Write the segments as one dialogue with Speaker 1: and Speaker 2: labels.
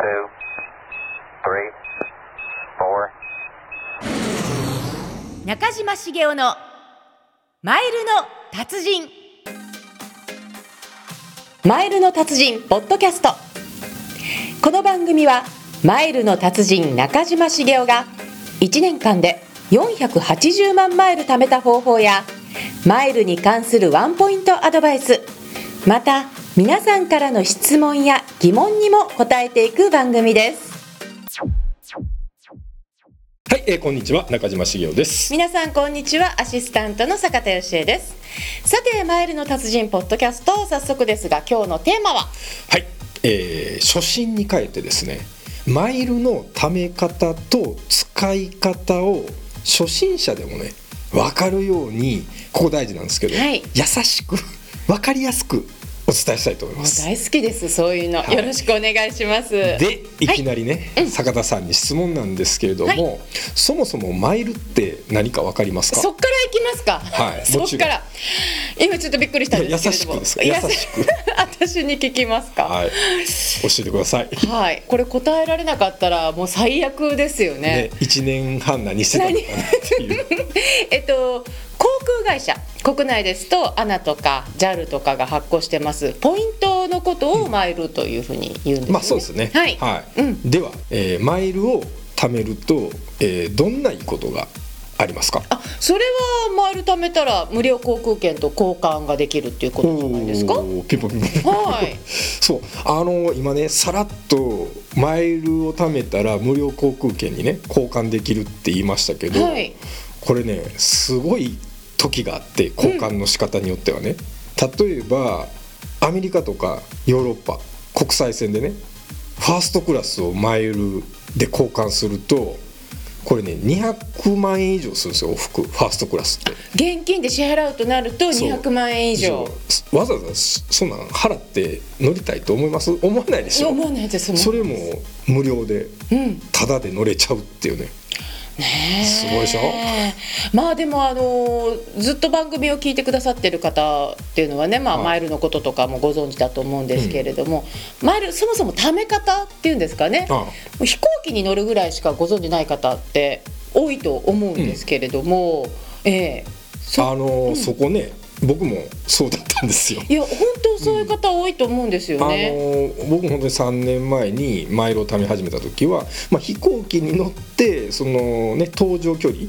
Speaker 1: two, three, four.
Speaker 2: 中島茂雄のマイルの達人マイルの達人ポッドキャストこの番組はマイルの達人中島茂雄が1年間で480万マイル貯めた方法やマイルに関するワンポイントアドバイスまた皆さんからの質問や疑問にも答えていく番組です
Speaker 3: はい、えー、こんにちは中島茂雄です。
Speaker 2: 皆さんこんにちはアシスタントの坂田芳恵ですさてマイルの達人ポッドキャスト早速ですが今日のテーマは
Speaker 3: はい、えー、初心に変えてですね、マイルの貯め方と使い方を初心者でもね分かるようにここ大事なんですけど、
Speaker 2: はい
Speaker 3: 優しく分かりやすくお伝えしたいと思い
Speaker 2: も
Speaker 3: ま
Speaker 2: う
Speaker 3: す。
Speaker 2: 大好きですそういうの、
Speaker 3: はい
Speaker 2: よろしくお願いします
Speaker 3: でいきなりね、坂田さんに質問なんですけれども、
Speaker 2: は
Speaker 3: そもそもマイルって何か分かりますか
Speaker 2: そっからいきますか
Speaker 3: はい
Speaker 2: そ
Speaker 3: も
Speaker 2: っ
Speaker 3: ちろん
Speaker 2: から今ちょっとびっくりしたんですけれども
Speaker 3: いや優しくですか
Speaker 2: 優しく 私に聞きますかは
Speaker 3: はい、教えてください。
Speaker 2: い、これ答えられなかったらもう最悪ですよ
Speaker 3: ね
Speaker 2: ね、
Speaker 3: 1年半何してたのかなっていう。
Speaker 2: えっと航空会社国内ですと ANA とか JAL とかが発行してますポイントのことをマイルというふうに言うんですよね、
Speaker 3: まあそうですね。
Speaker 2: はい、うん
Speaker 3: では、えーマイルを貯めると、えーどんないいことがありますか。
Speaker 2: あそれはマイル貯めたら無料航空券と交換ができるっていうことじゃないですか
Speaker 3: おーピンポンピンポン
Speaker 2: はい
Speaker 3: そうあの今ねさらっとマイルを貯めたら無料航空券にね交換できるって言いましたけど、
Speaker 2: はい
Speaker 3: これねすごい時があって交換の仕方によってはね、例えばアメリカとかヨーロッパ国際線でねファーストクラスをマイルで交換するとこれね200万円以上するんですよ往復ファーストクラスって。
Speaker 2: 現金で支払うとなると
Speaker 3: そう
Speaker 2: 200万円以上
Speaker 3: そうわざわざそそんなん払って乗りたいと思います思わないでしょ
Speaker 2: 思わないですもん
Speaker 3: それも無料で
Speaker 2: うん
Speaker 3: タダで乗れちゃうっていうねすごいでしょ
Speaker 2: ねえまあでもあのーずっと番組を聞いてくださってる方っていうのはね、まあ、
Speaker 3: はい
Speaker 2: マイルのこととかもご存知だと思うんですけれども、マイルそもそも貯め方っていうんですかね
Speaker 3: あ
Speaker 2: もう飛行機に乗るぐらいしかご存知ない方って多いと思うんですけれども、ええ
Speaker 3: あ
Speaker 2: そ
Speaker 3: のーそこね僕もそうだったんですよ。
Speaker 2: いや本当そういう方多いと思うんです
Speaker 3: あ
Speaker 2: よ
Speaker 3: の
Speaker 2: ね。
Speaker 3: ー僕も本当に3年前にマイルを貯め始めた時は、まあ、飛行機に乗ってその、ね、搭乗距離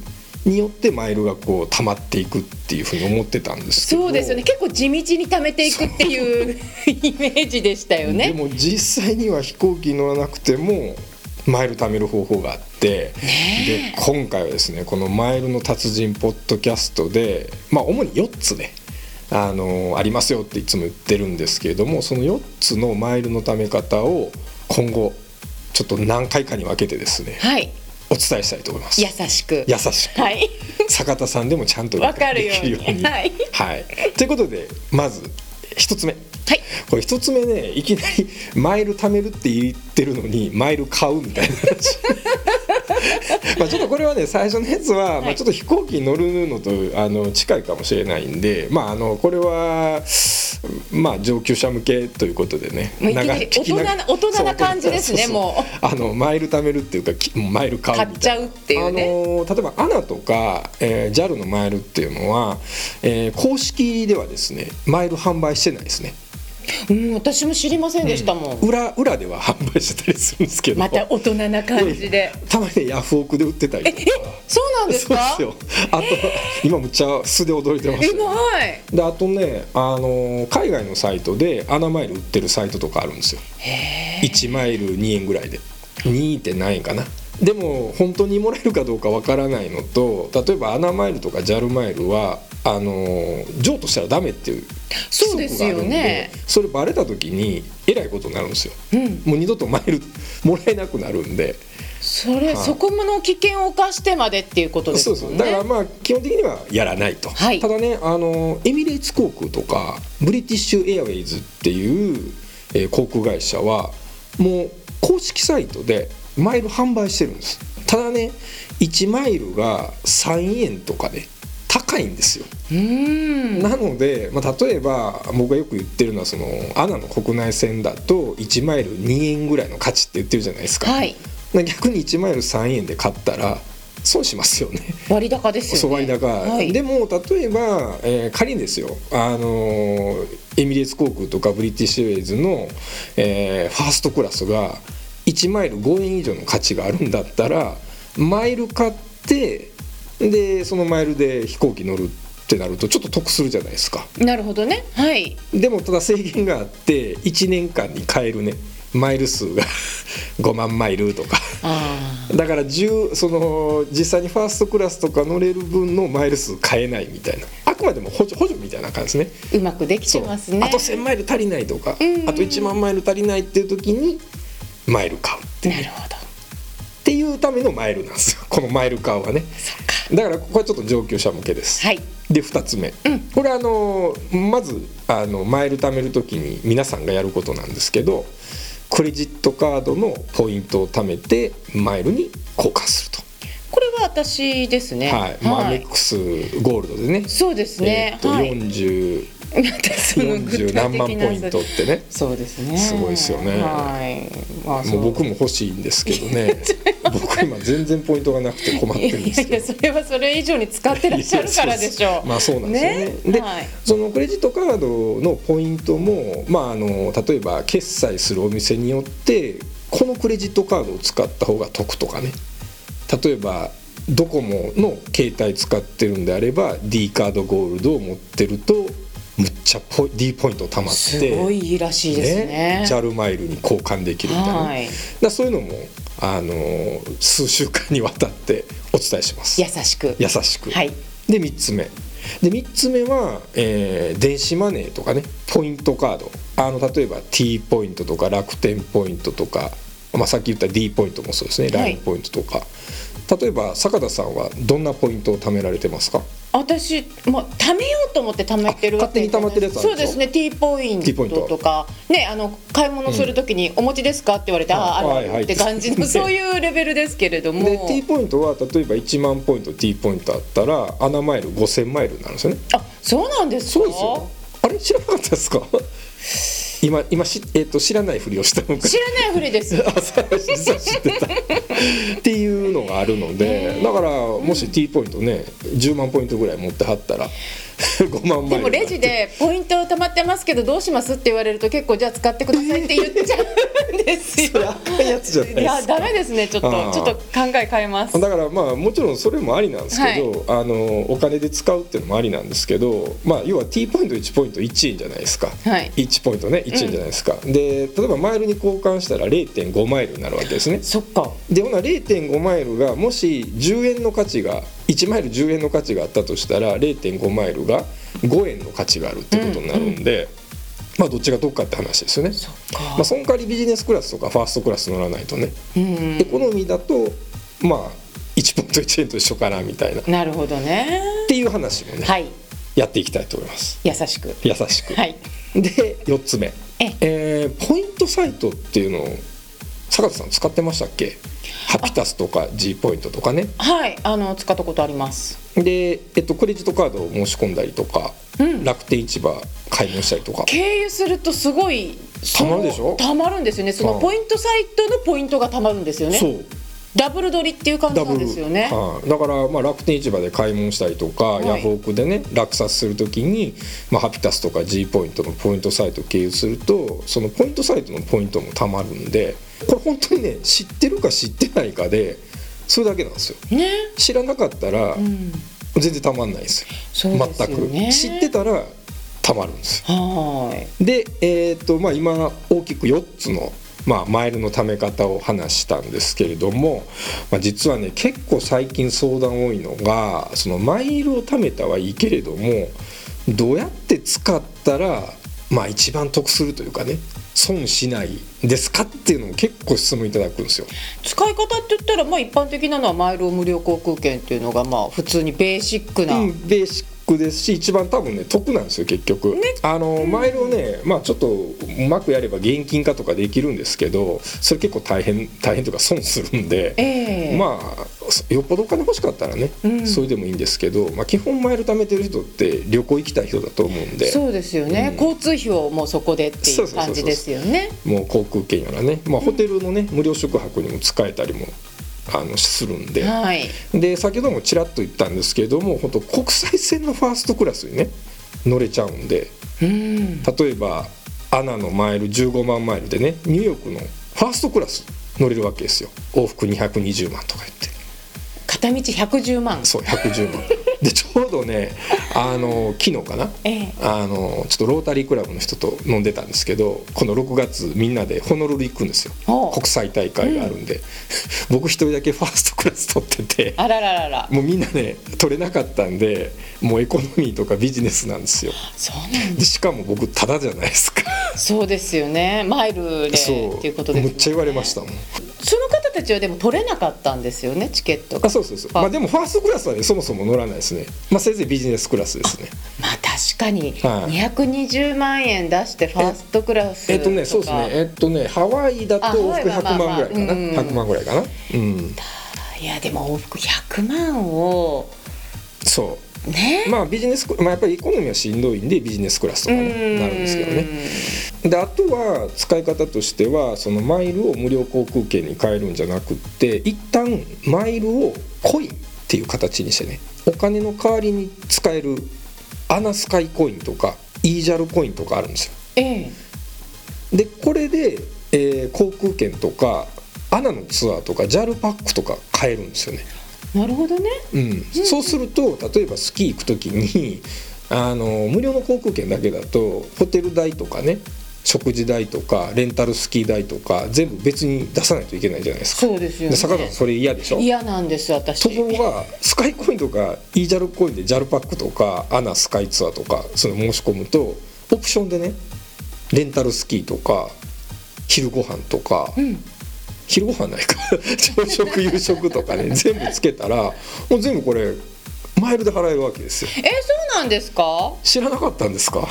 Speaker 3: によってマイルがこう溜まっていくっていうふうに思ってたんですけど
Speaker 2: そうですよね結構地道に貯めていくっていうイメージでしたよ
Speaker 3: で
Speaker 2: ね。
Speaker 3: も実際には飛行機に乗らなくてもマイル貯める方法があって、で今回はですねこの「マイルの達人」ポッドキャストで、まあ、主に4つねあのありますよっていつも言ってるんですけれどもその4つのマイルの貯め方を今後ちょっと何回かに分けてですね
Speaker 2: はい
Speaker 3: お伝えしたいと思います。
Speaker 2: 優しく
Speaker 3: 優しく、
Speaker 2: はい
Speaker 3: 坂田さんでもちゃんと理
Speaker 2: わか
Speaker 3: 解
Speaker 2: る
Speaker 3: で
Speaker 2: よう
Speaker 3: き
Speaker 2: に
Speaker 3: るように。
Speaker 2: はい
Speaker 3: はい、ということでまず1つ目。
Speaker 2: はい
Speaker 3: これ一つ目ねいきなり マイル貯めるって言ってるのにマイル買うみたいな話まあちょっとこれはね最初のやつは、ま
Speaker 2: は
Speaker 3: あ、
Speaker 2: い
Speaker 3: ちょっと飛行機に乗るのとあの近いかもしれないんで、まあ、あのこれは、まあ、上級者向けということでね
Speaker 2: もういきなり
Speaker 3: 長聞き
Speaker 2: 大人な大人な
Speaker 3: そう
Speaker 2: 感じですね
Speaker 3: そう
Speaker 2: も
Speaker 3: そうあのマイル貯めるっていうかきもうマイル買うみたい
Speaker 2: 買
Speaker 3: な
Speaker 2: っちゃうっていうね
Speaker 3: あのー例えば ANA とか、えー JAL のマイルっていうのは、えー公式ではですねマイル販売してないですね
Speaker 2: うん私も知りませんでしたもん、
Speaker 3: 裏裏では販売してたりするんですけど
Speaker 2: また大人な感じで
Speaker 3: たまにねヤフオクで売ってたりとか
Speaker 2: そうなんですか
Speaker 3: そうですよあと今むっちゃ素で踊れてます
Speaker 2: えはい
Speaker 3: であとね、あのー海外のサイトでアナマイル売ってるサイトとかあるんですよ1マイル2円ぐらいで2.7円かなでも本当にもらえるかどうかわからないのと例えばアナマイルとか JAL マイルはあのー譲渡したらダメっていう規
Speaker 2: そうで
Speaker 3: 則
Speaker 2: す
Speaker 3: があ
Speaker 2: よ
Speaker 3: るんで
Speaker 2: ね
Speaker 3: それバレた時にえらいことになるんですよ、もう二度とマイルもらえなくなるんで
Speaker 2: それ、
Speaker 3: はい
Speaker 2: そこの危険を冒してまでっていうことです
Speaker 3: そう
Speaker 2: も
Speaker 3: そ
Speaker 2: ん
Speaker 3: う
Speaker 2: ね
Speaker 3: だからまあ基本的にはやらないと、
Speaker 2: はい
Speaker 3: ただねあのエミレーツ航空とかブリティッシュエアウェイズっていう、えー航空会社はもう公式サイトでマイル販売してるんですただね1マイルが3円とかで高いんですよ
Speaker 2: うん
Speaker 3: なので、まあ、例えば僕がよく言ってるのはそのアナの国内線だと1マイル2円ぐらいの価値って言ってるじゃないですか、
Speaker 2: はい
Speaker 3: な逆に1マイル3円で買ったら損しますよね。
Speaker 2: 割高ですよね
Speaker 3: そ割高、
Speaker 2: はい、
Speaker 3: でも例えば、えー仮にですよ、あのーエミレーツ航空とかブリティッシュエイズの、えーファーストクラスが1マイル5円以上の価値があるんだったらマイル買ってでそのマイルで飛行機乗るってなるとちょっと得するじゃないですか
Speaker 2: なるほどねはい
Speaker 3: でもただ制限があって1年間に買えるねマイル数が 5万マイルとか。
Speaker 2: あ
Speaker 3: だから10その実際にファーストクラスとか乗れる分のマイル数買えないみたいなあくまでも補助補助みたいな感じです
Speaker 2: ー
Speaker 3: ね
Speaker 2: うまくできて
Speaker 3: う
Speaker 2: ますね
Speaker 3: あと1000マイル足りないとかあと
Speaker 2: うん
Speaker 3: 1万マイル足りないっていう時にマイル買うっ
Speaker 2: なるほど
Speaker 3: ていうためのマイルなんですよ このマイル買うはねだからここはちょっと上級者向けです、
Speaker 2: はい
Speaker 3: で2つ目、これあのまずあのマイル貯める時に皆さんがやることなんですけどクレジットカードのポイントを貯めてマイルに交換すると。
Speaker 2: これは私ですね
Speaker 3: はい、マーメックスゴールドでね、
Speaker 2: そうですね、
Speaker 3: えーっと
Speaker 2: はい
Speaker 3: 40,
Speaker 2: またその具体
Speaker 3: 40
Speaker 2: 的な
Speaker 3: 何万ポイントってね
Speaker 2: そうですね
Speaker 3: すごいですよね
Speaker 2: はい、まあ、
Speaker 3: もう僕
Speaker 2: も
Speaker 3: も欲しいんですけど ね僕今全然ポイントがなくて困っ
Speaker 2: いや
Speaker 3: てるん
Speaker 2: い
Speaker 3: ですけ
Speaker 2: や
Speaker 3: ど。
Speaker 2: それはそれ以上に使ってらっしゃるからでしょう
Speaker 3: まあそうなんですよねで、
Speaker 2: はい
Speaker 3: そのクレジットカードのポイントも、まあ、あの例えば決済するお店によってこのクレジットカードを使った方が得とかね例えばドコモの携帯使ってるんであれば D カードゴールドを持ってるとむっちゃポイ D ポイント貯まって
Speaker 2: すごいいいらしいですね
Speaker 3: ね JAL マイルに交換できるみたいな、
Speaker 2: はい
Speaker 3: だからそういうのもあの数週間にわたってお伝えします
Speaker 2: 優しく
Speaker 3: 優しく、
Speaker 2: はい
Speaker 3: で3つ目で3つ目は、えー電子マネーとかねポイントカードあの例えば T ポイントとか楽天ポイントとか、まあ、さっき言った D ポイントもそうですね
Speaker 2: はい
Speaker 3: LINE ポイントとか、例えば坂田さんはどんなポイントを貯められてますか
Speaker 2: 私、まあ、貯めようと思って貯めてる
Speaker 3: あ勝手に貯まってるやつある
Speaker 2: そう
Speaker 3: でしょ
Speaker 2: ですね T ポイン
Speaker 3: T ポイン
Speaker 2: ト
Speaker 3: ト
Speaker 2: とかねあの買い物するときに「お持ちですか?」って言われて「ああある
Speaker 3: はい
Speaker 2: ある
Speaker 3: はい
Speaker 2: って感じの、
Speaker 3: ね
Speaker 2: そういうレベルですけれども
Speaker 3: で T ポイントは例えば1万ポイント T ポイントあったら穴マイル5000マイルになるんですよね
Speaker 2: あそうなんですか
Speaker 3: そうですよあれ知らなかったですか 今今し、えー、と知らないふりをしたのか
Speaker 2: 知らないふりです
Speaker 3: あそう実は知ってたっていうのがあるのでだからもし T ポイントね10万ポイントぐらい持ってはったら 5万枚
Speaker 2: でもレジで「ポイント溜まってますけどどうします?」って言われると結構「じゃあ使ってください」って言っちゃうんです よ。
Speaker 3: やつじゃない
Speaker 2: い
Speaker 3: で
Speaker 2: や
Speaker 3: すか
Speaker 2: ダメですねちょっと
Speaker 3: あー
Speaker 2: ちょっと考え変えます。
Speaker 3: だからまあもちろんそれもありなんですけど、あのお金で使うっていうのもありなんですけど、まあ、要は T ポイント1ポイント1円じゃないですか、
Speaker 2: はい
Speaker 3: 1ポイントね1円じゃないですか、で例えばマイルに交換したら0.5マイルになるわけですね
Speaker 2: そっか
Speaker 3: でほな0.5マイルがもし10円の価値が1マイル10円の価値があったとしたら0.5マイルが5円の価値があるってことになるんで、まあどっちが得かって話ですよね。
Speaker 2: そっか、
Speaker 3: まあ、その代わりビジネスクラスとかファーストクラス乗らないとね
Speaker 2: うん
Speaker 3: エコノミーだとまあ1ポイント1円と一緒かなみたいなっ
Speaker 2: なるほどね
Speaker 3: ていう話もね、
Speaker 2: はい
Speaker 3: やっていきたいと思います
Speaker 2: 優しく
Speaker 3: 優しく。
Speaker 2: はい
Speaker 3: で4つ目
Speaker 2: え
Speaker 3: えーポイントサイトっていうのを坂田さん使ってましたっけハピタスとか G ポイントとかね
Speaker 2: はいあの使ったことあります
Speaker 3: で、えっと、クレジットカードを申し込んだりとか、
Speaker 2: うん
Speaker 3: 楽天市場買い物したりとか
Speaker 2: 経由するとすごいその
Speaker 3: たまるでしょ
Speaker 2: たまるんですよねその
Speaker 3: うん
Speaker 2: ポイントサイトのポイントがたまるんですよね
Speaker 3: そう
Speaker 2: ダブル取りっていう感じ
Speaker 3: ダ
Speaker 2: な
Speaker 3: ブ
Speaker 2: ん
Speaker 3: ル、
Speaker 2: ですよね
Speaker 3: はいだから、まあ、楽天市場で買い物したりとか、
Speaker 2: い
Speaker 3: ヤフオクでね落札するときに、まあ、ハピタスとか G ポイントのポイントサイトを経由するとそのポイントサイトのポイントもたまるんでこれ本当にね知ってるか知ってないかでそれだけなんですよ
Speaker 2: ね
Speaker 3: 知らなかったら、
Speaker 2: うん
Speaker 3: 全然たまんないんですよ
Speaker 2: そうですよね
Speaker 3: 全く知ってたらたまるんです
Speaker 2: はーい
Speaker 3: で、えーとまあ、今大きく4つの、まあ、マイルの貯め方を話したんですけれども、まあ、実はね結構最近相談多いのがそのマイルを貯めたはいいけれどもどうやって使ったら、まあ、一番得するというかね損しないですかっていうのも結構質問いただくんですよ。
Speaker 2: 使い方って言ったら、まあ、一般的なのはマイル無料航空券っていうのがまあ普通にベーシックな、
Speaker 3: うん、ベーシックですし一番多分ね得なんですよ結局、あのマイルをね、まあ、ちょっとうまくやれば現金化とかできるんですけどそれ結構大変大変というか損するんで
Speaker 2: ええ
Speaker 3: まあよっぽどお金欲しかったらね、
Speaker 2: うん
Speaker 3: それでもいいんですけど、まあ、基本マイル貯めてる人って旅行行きたい人だと思うんで
Speaker 2: そうですよね、
Speaker 3: うん
Speaker 2: 交通費をもうそこでってい
Speaker 3: そう
Speaker 2: う
Speaker 3: そうそうそ
Speaker 2: 感
Speaker 3: う
Speaker 2: じですよね
Speaker 3: もう航空券やらね、まあ、ホテルのね、無料宿泊にも使えたりもあのするんで。
Speaker 2: はい
Speaker 3: で先ほどもちらっと言ったんですけれども本当国際線のファーストクラスにね乗れちゃうんで
Speaker 2: うん
Speaker 3: 例えばアナのマイル15万マイルでねニューヨークのファーストクラス乗れるわけですよ往復220万とか言って
Speaker 2: 片道110万
Speaker 3: そう110万 でちょうどねあの昨日かな
Speaker 2: ええ
Speaker 3: あのちょっとロータリークラブの人と飲んでたんですけどこの6月みんなでホノルル行くんですよ
Speaker 2: おう
Speaker 3: 国際大会があるんで、僕一人だけファーストクラス取ってて
Speaker 2: あらららら
Speaker 3: もうみんなね取れなかったんでもうエコノミーとかビジネスなんですよ
Speaker 2: そうなん
Speaker 3: でしかも僕タダじゃないですか
Speaker 2: そうですよねマイルでっていうことですもんね
Speaker 3: むっちゃ言われましたもん
Speaker 2: その方たちはでも取れなかったんですよねチケットが
Speaker 3: あそうそうそうまあでもファーストクラスはねそもそも乗らないですねまあせいぜいビジネスクラスですね
Speaker 2: まあ確かに
Speaker 3: はい
Speaker 2: 220万円出してファーストクラスとか
Speaker 3: えっとねそうですねえっとねハワイだ
Speaker 2: あ
Speaker 3: と往復
Speaker 2: ハワイはまあ
Speaker 3: 100
Speaker 2: まあ
Speaker 3: 万ぐらいかな、
Speaker 2: うん
Speaker 3: 100万ぐらいかなうん
Speaker 2: いやでも往復100万を
Speaker 3: そ
Speaker 2: ね
Speaker 3: うまあビジネスクまあやっぱりエコノミーはしんどいんでビジネスクラスとかになるんですけどねであとは使い方としてはそのマイルを無料航空券に変えるんじゃなくって一旦マイルをコインっていう形にしてねお金の代わりに使えるアナスカイコインとかイージャルコインとかあるんですよ
Speaker 2: うんええ
Speaker 3: でこれで、えー航空券とかアナのツアーとか JAL パックとか買えるんですよね
Speaker 2: なるほどね
Speaker 3: うん、そうすると例えばスキー行く時にあの無料の航空券だけだとホテル代とかね食事代とかレンタルスキー代とか全部別に出さないといけないじゃないですか
Speaker 2: そうですよね
Speaker 3: で坂田さんそれ嫌でしょ
Speaker 2: 嫌なんです私
Speaker 3: ところがスカイコインとか eJAL コインで JAL パックとかアナスカイツアーとかその申し込むとオプションでねレンタルスキーとか昼ご飯とか、
Speaker 2: ん
Speaker 3: 昼ご飯ないか 朝食夕食と かね全部つけたらもう全部これマイルで払えるわけですよ
Speaker 2: えそうなんですか
Speaker 3: 知らなかったんで すか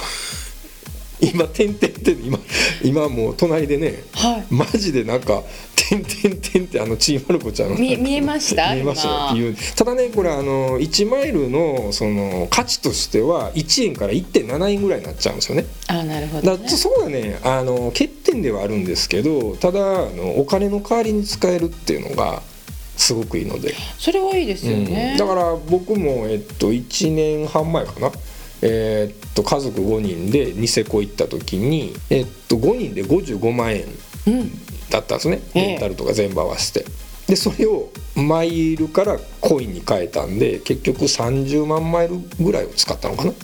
Speaker 3: 今「てんてんてん」今今もう隣でね
Speaker 2: はい
Speaker 3: マジでなんか「てんてんてん」ってあのちーまる子ちゃんの
Speaker 2: 見見えました
Speaker 3: 見えましたよ
Speaker 2: 今
Speaker 3: っていうただねこれあの1マイルのその価値としては1円から1.7円ぐらいになっちゃうんですよね
Speaker 2: あなるほ
Speaker 3: だ
Speaker 2: ど、ね、
Speaker 3: そこがねあの欠点ではあるんですけどただあのお金の代わりに使えるっていうのがすごくいいので、
Speaker 2: それはいいですよ
Speaker 3: う
Speaker 2: ね、
Speaker 3: んだから僕も、えっと、1年半前かな、えーっと家族5人でニセコ行った時に、えっと、5人で55万円
Speaker 2: うん
Speaker 3: だったんですね
Speaker 2: ええ
Speaker 3: レンタルとか全部合わせて、でそれをマイルからコインに変えたんで結局30万マイルぐらいを使ったのかな、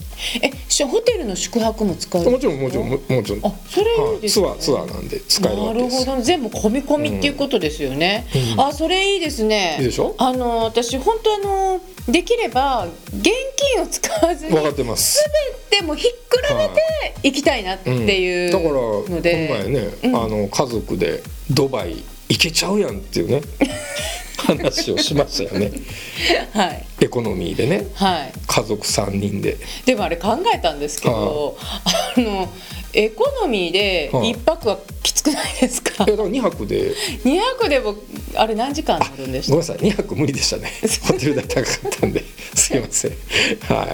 Speaker 2: えしホテルの宿泊も使える
Speaker 3: もちろんもちろんももちろん、
Speaker 2: あそれいい
Speaker 3: はい
Speaker 2: です
Speaker 3: ツ
Speaker 2: ね
Speaker 3: アーツアーなんで使えるわ
Speaker 2: な
Speaker 3: け
Speaker 2: る
Speaker 3: で
Speaker 2: ほ
Speaker 3: す
Speaker 2: ど全部込み込みっていうことですよね、
Speaker 3: うん
Speaker 2: あそれいいですね
Speaker 3: いいでしょ
Speaker 2: あの私本当あのできれば現金を使わずに
Speaker 3: 分かってます
Speaker 2: でもひっくるめて行きたいなっていう
Speaker 3: だからこの
Speaker 2: ので、
Speaker 3: 前ね、
Speaker 2: うん
Speaker 3: あの家族でドバイ行けちゃうやんっ ていうね話をしましたよね
Speaker 2: はい
Speaker 3: エコノミーでね
Speaker 2: はい
Speaker 3: 家族3人で
Speaker 2: でもあれ考えたんですけどあのエコノミーで
Speaker 3: はい
Speaker 2: 一泊はきつくないですか
Speaker 3: いやだから2泊で
Speaker 2: 2泊でもあれ何時間乗るんでし
Speaker 3: ごめん
Speaker 2: た
Speaker 3: なさい2泊無理でし たねホテル代高かったんですいませんはい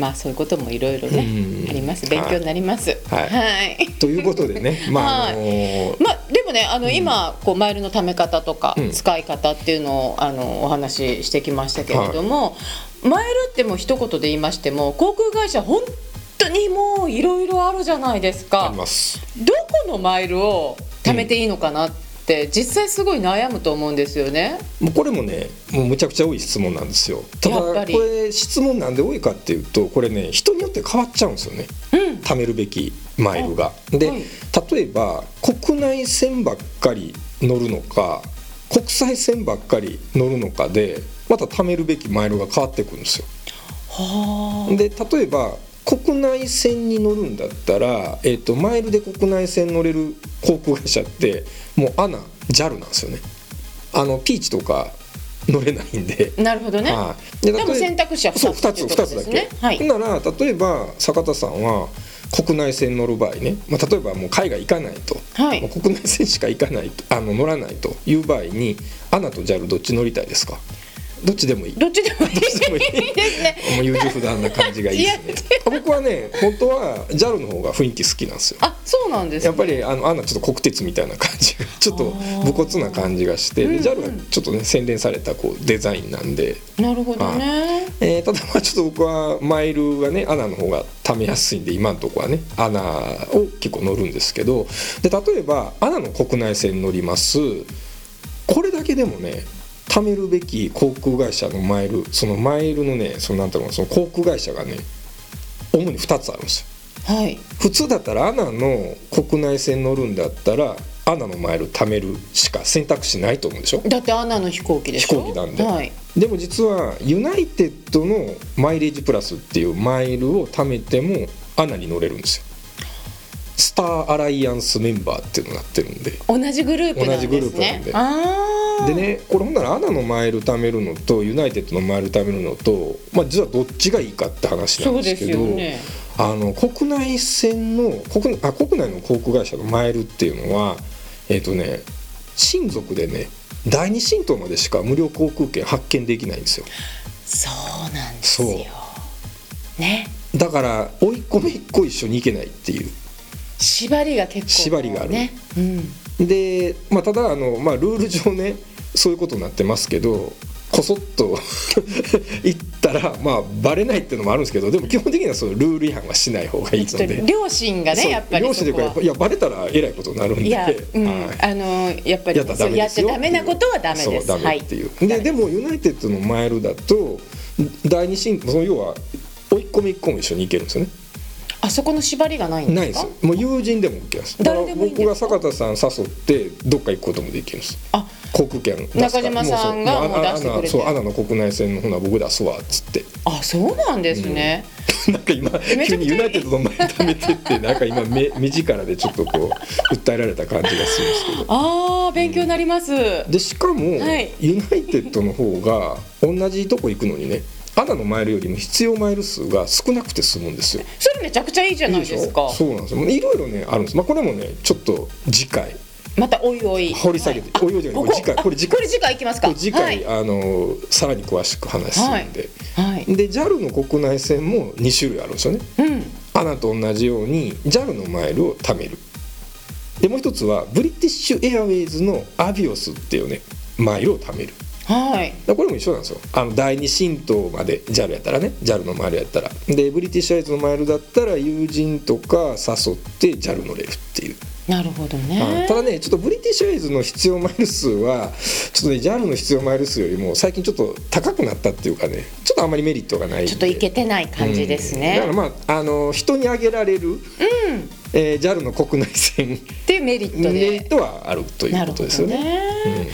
Speaker 2: まあそういうこともいろいろ
Speaker 3: う
Speaker 2: ね
Speaker 3: ん
Speaker 2: あります勉強になります
Speaker 3: はい
Speaker 2: はい
Speaker 3: ということでね、まあ
Speaker 2: は
Speaker 3: あ
Speaker 2: い
Speaker 3: の
Speaker 2: まあ、でもねあの今、こうマイルの貯め方とか、
Speaker 3: うん
Speaker 2: 使い方っていうのをあのお話ししてきましたけれども、マイルってもう一言で言いましても航空会社本当にもういろいろあるじゃないです
Speaker 3: あ
Speaker 2: か
Speaker 3: ります。
Speaker 2: どこのマイルを貯めていいのかなって、実際すごい悩むと思うんですよね。
Speaker 3: もうこれもね、もうむちゃくちゃ多い質問なんですよ。ただ
Speaker 2: やっぱ
Speaker 3: こ
Speaker 2: り
Speaker 3: れ質問なんで多いかっていうと、これね人によって変わっちゃうんですよね。
Speaker 2: うん
Speaker 3: 貯めるべきマイルが。で、
Speaker 2: はい
Speaker 3: 例えば国内線ばっかり乗るのか、国際線ばっかり乗るのかで、また貯めるべきマイルが変わってくるんですよ。
Speaker 2: は
Speaker 3: で例えば国内線に乗るんだったら、えっとマイルで国内線乗れる航空会社ってもうアナ JAL なんですよねあのピーチとか乗れないんで。
Speaker 2: あなるほどね、
Speaker 3: はい、で
Speaker 2: でも
Speaker 3: 例えば
Speaker 2: 選択肢は
Speaker 3: そう
Speaker 2: 2つとい
Speaker 3: 2つ
Speaker 2: うこ
Speaker 3: 2
Speaker 2: と
Speaker 3: つ
Speaker 2: で
Speaker 3: だ
Speaker 2: す
Speaker 3: け、
Speaker 2: ねはい
Speaker 3: なら例えば坂田さんは国内線乗る場合ね、まあ、例えばもう海外行かないと、
Speaker 2: はい
Speaker 3: もう国内線しか行かないとあの乗らないという場合にアナと JAL どっち乗りたいですかどっちでもいい
Speaker 2: どっちでもいい
Speaker 3: でもいい
Speaker 2: ですね
Speaker 3: もう優柔不断な感じがいいですね僕はね本当は JAL の方が雰囲気好きなんですよ
Speaker 2: あそうなんです、ね、
Speaker 3: やっぱりあのアナちょっと国鉄みたいな感じがちょっと武骨な感じがしてで JAL がちょっとね洗練されたこうデザインなんで、
Speaker 2: なるほどね
Speaker 3: えーただまあちょっと僕はマイルはねアナの方が貯めやすいんで今のところはねアナを結構乗るんですけどで例えばアナの国内線乗りますこれだけでもね貯めるべき航空会社のマイルそのマイルのねそのなんだろうのその航空会社がね主に2つあるんですよ。
Speaker 2: はい
Speaker 3: 普通だったらアナの国内線乗るんだったらアナのマイル貯めるしか選択肢ないと思うんでしょ
Speaker 2: だってアナの飛行機でし
Speaker 3: 飛
Speaker 2: ょ
Speaker 3: 行機なんで、
Speaker 2: はい、
Speaker 3: でも実はユナイテッドのマイレージプラスっていうマイルを貯めてもアナに乗れるんですよスターアライアンスメンバーっていうのになってるんで
Speaker 2: 同じグループなんですね
Speaker 3: 同じグループなんで
Speaker 2: あー
Speaker 3: でねこれほんならアナのマイル貯めるのとユナイテッドのマイル貯めるのと、まあ、実はどっちがいいかって話な
Speaker 2: そ
Speaker 3: ん
Speaker 2: う
Speaker 3: で
Speaker 2: ですす
Speaker 3: けど
Speaker 2: よね
Speaker 3: あの国内線の国あ国内の航空会社のマイルっていうのはえっ、とね親族でね第二神道までしか無料航空券発券できないんですよ
Speaker 2: そうなんです
Speaker 3: そ
Speaker 2: よね
Speaker 3: だから甥いっ子めいっ子一緒に行けないっていう
Speaker 2: 縛りが結構
Speaker 3: 縛りがある
Speaker 2: ね、うん、
Speaker 3: で、まあ、ただあの、まあ、ルール上ねそういうことになってますけどこそっと 行ったら、まあ、バレないっていうのもあるんですけどでも基本的にはそういうルール違反はしない方がいい
Speaker 2: ち
Speaker 3: の
Speaker 2: ょっ
Speaker 3: で
Speaker 2: と。両親が
Speaker 3: そう
Speaker 2: ねやっぱり
Speaker 3: 漁師
Speaker 2: そ
Speaker 3: という
Speaker 2: こ
Speaker 3: か
Speaker 2: は
Speaker 3: やっぱいやバレたらえらいことになるんで
Speaker 2: いや、うん
Speaker 3: はい
Speaker 2: あのやっぱり
Speaker 3: やったらダメ
Speaker 2: や
Speaker 3: で
Speaker 2: っ
Speaker 3: す
Speaker 2: ちゃ
Speaker 3: よ
Speaker 2: ダメなことはダメです。
Speaker 3: そうダ
Speaker 2: は
Speaker 3: メ
Speaker 2: い
Speaker 3: っていう、
Speaker 2: ダ
Speaker 3: で
Speaker 2: メ
Speaker 3: でもユナイテッドのマイルだと第二進その要は追い込み込み一緒に行けるんですよね
Speaker 2: あそこの縛りがないん
Speaker 3: ない
Speaker 2: で
Speaker 3: ですす
Speaker 2: か
Speaker 3: よ。もう友人でも OK です
Speaker 2: 誰でもいいん
Speaker 3: 僕
Speaker 2: で
Speaker 3: が
Speaker 2: すか
Speaker 3: 坂田さん誘ってどっか行くこともできるんです
Speaker 2: あ、
Speaker 3: 航空券出すから
Speaker 2: 中島さんが
Speaker 3: もうそう
Speaker 2: もう出してくれて
Speaker 3: あああそうアナの国内線のほな僕出すわっつって
Speaker 2: あそうなんですね。
Speaker 3: なんか今
Speaker 2: めちゃくちゃ
Speaker 3: 急
Speaker 2: いい
Speaker 3: にユナイテッドのマイル貯めてってなんか今目目力でちょっとこう訴えられた感じがするんですけど
Speaker 2: ああ勉強になります。
Speaker 3: でしかも、
Speaker 2: はい
Speaker 3: ユナイテッドの方が同じとこ行くのにねアナのマイルよりも必要マイル数が少なくて済むんですよ。
Speaker 2: それめちゃくちゃいいじゃない
Speaker 3: いいでし
Speaker 2: で
Speaker 3: ょ
Speaker 2: すか。
Speaker 3: そうなんですよ。いろいろねあるんです。まあこれもねちょっと次回
Speaker 2: またおいおい
Speaker 3: 掘り下げて、
Speaker 2: はいあ
Speaker 3: おいおいじゃない
Speaker 2: こ
Speaker 3: これ次回
Speaker 2: あ
Speaker 3: これ次回
Speaker 2: これ次回行きますか。
Speaker 3: 次
Speaker 2: はい
Speaker 3: 回、あのさらに詳しく話するんで、
Speaker 2: はい。
Speaker 3: で JAL の国内線も2種類あるんですよね。
Speaker 2: うん。
Speaker 3: アナと同じように JAL のマイルを貯めるでもう一つはブリティッシュエアウェイズのアビオスっていうねマイルを貯める。
Speaker 2: はい。
Speaker 3: だからこれも一緒なんですよあの第二神道まで JAL やったらね JAL のマイルやったらでブリティッシュアイズのマイルだったら友人とか誘って JAL 乗れるっていう、
Speaker 2: なるほど
Speaker 3: あ
Speaker 2: ね
Speaker 3: の。ただねちょっとブリティッシュアイズの必要マイル数はちょっとね JAL の必要マイル数よりも最近ちょっと高くなったっていうかねちょっとあんまりメリットがないんで
Speaker 2: ちょっといけてない感じです
Speaker 3: うん
Speaker 2: ね
Speaker 3: だか。らまああの人にあげられる、えー JAL の国内線
Speaker 2: っていうメリット
Speaker 3: メリ
Speaker 2: で
Speaker 3: ッ。トはあるという
Speaker 2: な
Speaker 3: こ
Speaker 2: る
Speaker 3: と
Speaker 2: ほ
Speaker 3: ですよ
Speaker 2: ど
Speaker 3: ね
Speaker 2: ね、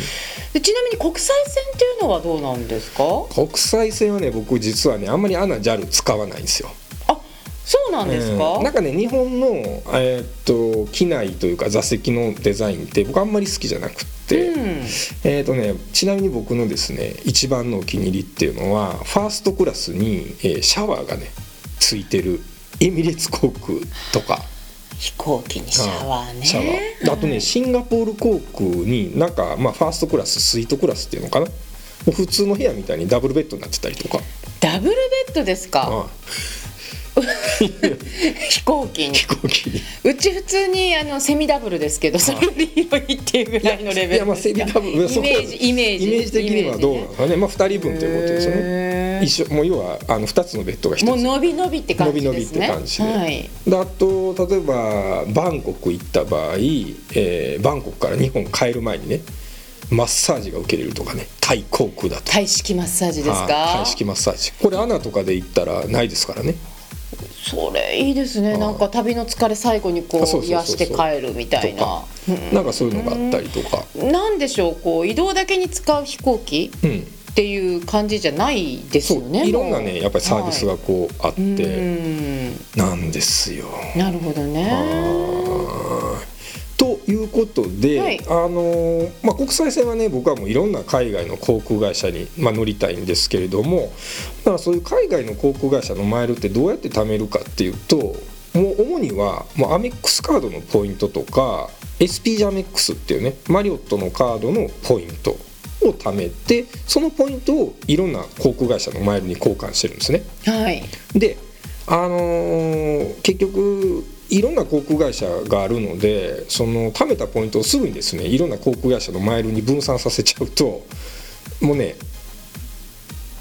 Speaker 2: でちなみに国際線っていうのはどうなんですか
Speaker 3: 国際線はね僕実はねあんまりアナ JAL 使わないんですよ
Speaker 2: あそうなんですか、
Speaker 3: うんなんかね日本の、えーっと機内というか座席のデザインって僕あんまり好きじゃなくって、
Speaker 2: うん
Speaker 3: えーっとね、ちなみに僕のですね一番のお気に入りっていうのはファーストクラスに、えーシャワーがねついてるエミレーツ航空とか。
Speaker 2: 飛行機にシャワーね
Speaker 3: シャワーあとねシンガポール航空になんか、まあ、ファーストクラススイートクラスっていうのかなもう普通の部屋みたいにダブルベッドになってたりとか、
Speaker 2: ダブルベッドですか
Speaker 3: あ
Speaker 2: 飛行機に
Speaker 3: 飛行機に
Speaker 2: うち普通にあのセミダブルですけどそれより広いっていうぐらいのレベル
Speaker 3: いやまあ
Speaker 2: です
Speaker 3: セ
Speaker 2: か
Speaker 3: ミダブルそ
Speaker 2: イ
Speaker 3: こ
Speaker 2: メージイメージ
Speaker 3: イメージ的にはどうなのかねまあ、2人分ということですよ
Speaker 2: へ
Speaker 3: ね
Speaker 2: ー
Speaker 3: 一緒もう要はあの2つのベッドが1つ
Speaker 2: もう伸び伸びって感
Speaker 3: 伸
Speaker 2: じ
Speaker 3: び伸
Speaker 2: で
Speaker 3: びっ
Speaker 2: す
Speaker 3: て
Speaker 2: ね
Speaker 3: 感じで,、
Speaker 2: はい
Speaker 3: であと例えばバンコク行った場合、えーバンコクから日本帰る前にねマッサージが受けれるとかねタイ航空だと
Speaker 2: 体式マッサージですか
Speaker 3: はい体式マッサージこれアナとかで行ったらないですからね
Speaker 2: それいいですねなんか旅の疲れ最後にこ
Speaker 3: あそ
Speaker 2: う
Speaker 3: うそうそうそう
Speaker 2: 癒して帰るみたいな
Speaker 3: とかなんかそういうのがあったりとか
Speaker 2: なんでしょうこう移動だけに使う飛行機
Speaker 3: うん、
Speaker 2: っていう感じじゃないです
Speaker 3: そ
Speaker 2: よ
Speaker 3: う
Speaker 2: ね
Speaker 3: いろんな
Speaker 2: も
Speaker 3: ね
Speaker 2: う
Speaker 3: やっぱりサービス
Speaker 2: は
Speaker 3: がこうあっ
Speaker 2: い
Speaker 3: て
Speaker 2: うん
Speaker 3: なんですよ、
Speaker 2: なるほどね
Speaker 3: ということで、
Speaker 2: はい
Speaker 3: あのーまあ、国際線はね僕はもういろんな海外の航空会社に、まあ、乗りたいんですけれどもだからそういう海外の航空会社のマイルってどうやって貯めるかっていうともう主にはもうアメックスカードのポイントとか SPG アメックスっていうねマリオットのカードのポイントを貯めてそのポイントをいろんな航空会社のマイルに交換してるんですね。
Speaker 2: はい
Speaker 3: で、あのー結局いろんな航空会社があるのでその貯めたポイントをすぐにですねいろんな航空会社のマイルに分散させちゃうともうね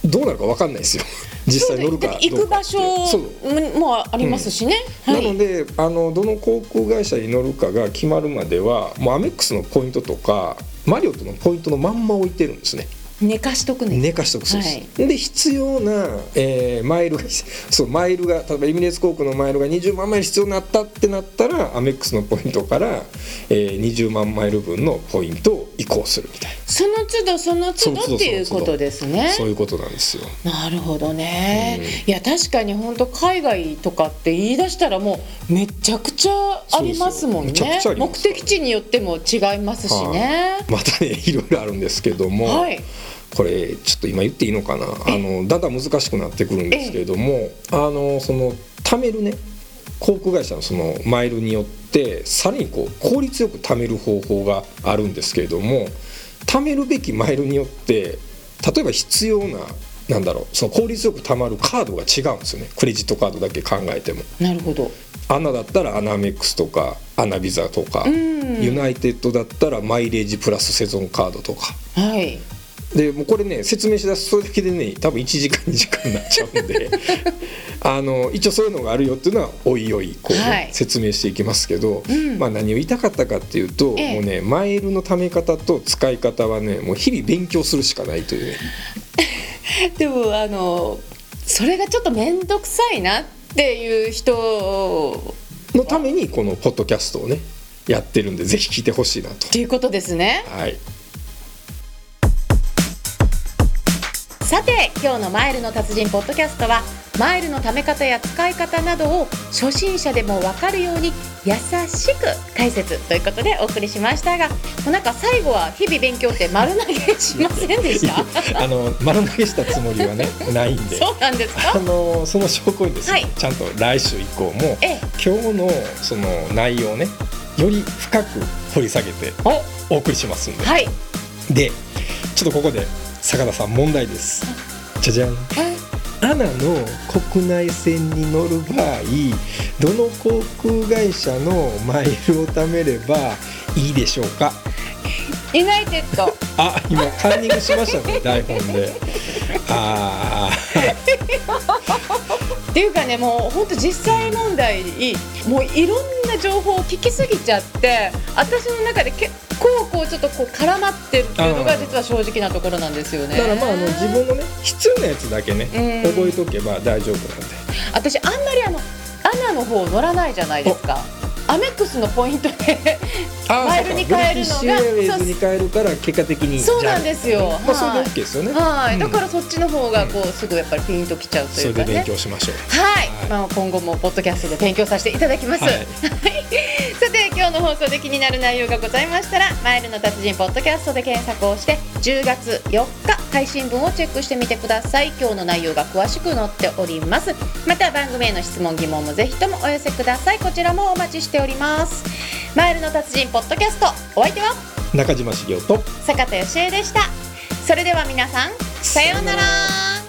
Speaker 3: どうなるか分かんないですよ 実際乗るかどうかって
Speaker 2: 行く場所
Speaker 3: そう
Speaker 2: ももうありますしね、は
Speaker 3: ないのであのどの航空会社に乗るかが決まるまではもうアメックスのポイントとかマリオットのポイントのまんま置いてるんですね
Speaker 2: 寝かしとくね
Speaker 3: 寝かしておくそうです、で必要な、えーマイルがそうマイルが例えばエミレーツ航空のマイルが20万マイル必要になったってなったらアメックスのポイントから、えー20万マイル分のポイントを移行するみたい
Speaker 2: その都度その都
Speaker 3: その都
Speaker 2: 度
Speaker 3: 度
Speaker 2: っていうことですね
Speaker 3: なそういうことなんですよ
Speaker 2: なるほどね、いや確かに本当海外とかって言い出したらもうめちゃくちゃありますもんね
Speaker 3: そうそうめちゃくちゃあります
Speaker 2: 目的地によっても違いますしね
Speaker 3: またねいろいろあるんですけども、
Speaker 2: はい
Speaker 3: これちょっと今言っていいのかなあのだんだん難しくなってくるんですけれどもあのその貯めるね航空会社のそのマイルによってさらにこう効率よく貯める方法があるんですけれども貯めるべきマイルによって例えば必要ななんだろうその効率よく貯まるカードが違うんですよねクレジットカードだけ考えても。
Speaker 2: なるほど
Speaker 3: アナだったらアナメックスとかアナビザとか、
Speaker 2: ん
Speaker 3: ユナイテッドだったらマイレージプラスセゾンカードとか
Speaker 2: はい
Speaker 3: でもうこれね説明しだすとそれだけでね多分1時間2時間になっちゃうんであの一応そういうのがあるよっていうのはおいおいこう、ね
Speaker 2: はい
Speaker 3: 説明していきますけど、まあ、何を言いたかったかっていうと、
Speaker 2: ええ
Speaker 3: もうねマイルのため方と使い方はねもう日々勉強するしかないというね
Speaker 2: でもあのそれがちょっと面倒くさいなっていう人
Speaker 3: のためにこのポッドキャストをねやってるんでぜひ聞いてほしいなと
Speaker 2: っ。ていうことですね
Speaker 3: はい
Speaker 4: さて今日の「マイルの達人」ポッドキャストはマイルのため方や使い方などを初心者でも分かるように優しく解説ということでお送りしましたがもうなんか最後は日々勉強って丸投げしませんでした
Speaker 3: あの丸投げしたつもりはねないんで
Speaker 2: そうなんです
Speaker 3: あ
Speaker 2: か
Speaker 3: のその証拠にですね、
Speaker 4: はい
Speaker 3: ちゃんと来週以降も
Speaker 4: ええ
Speaker 3: 今日のその内容をねより深く掘り下げてお送りしますんで、
Speaker 4: はい
Speaker 3: でちょっとここで坂田さん問題ですじゃじゃんアナの国内線に乗る場合どの航空会社のマイルを貯めればいいでしょうか
Speaker 2: ユナイテッド
Speaker 3: あ今カンニングし ましたね台本であ
Speaker 2: っていうかねもう本当実際問題もういろんな情報を聞きすぎちゃって私の中で結構こうちょっとこう絡まってるっていうのが
Speaker 3: あー
Speaker 2: 実は正直なところなんですよ
Speaker 3: あ
Speaker 2: ね
Speaker 3: だからまああの自分のね必要なやつだけね
Speaker 2: うん
Speaker 3: 覚えとけば大丈夫なんで
Speaker 2: 私あんまりあのアナの方乗らないじゃないですかアメックスのポイントで
Speaker 3: あー
Speaker 2: マイルに変えるのが
Speaker 3: そうかブリティッシュエアウェイズに変えるから結果的に
Speaker 2: そうなんですよ
Speaker 3: じゃあまあ、そ
Speaker 2: はい
Speaker 3: れで OK ですよね
Speaker 2: はいだかららそっちの方がこうすぐやっぱりピンときちゃうと
Speaker 3: そ
Speaker 2: い
Speaker 3: れ
Speaker 2: う
Speaker 3: で
Speaker 2: か
Speaker 3: 勉
Speaker 2: ね
Speaker 3: 強しましょう
Speaker 2: はい、
Speaker 3: はい
Speaker 2: まあ、今後もポッドキャストで勉強させていた だきます、
Speaker 3: はい
Speaker 2: さて今日の放送で気になる内容がございましたら「マイルの達人」ポッドキャストで検索をして10月4日配信分をチェックしてみてください今日の内容が詳しく載っておりますまた番組への質問疑問もぜひともお寄せくださいこちらもお待ちしておりますマイルの達人ポッドキャストお相手は
Speaker 3: 中島茂雄と
Speaker 2: 坂田芳恵でしたそれでは皆さんさようなら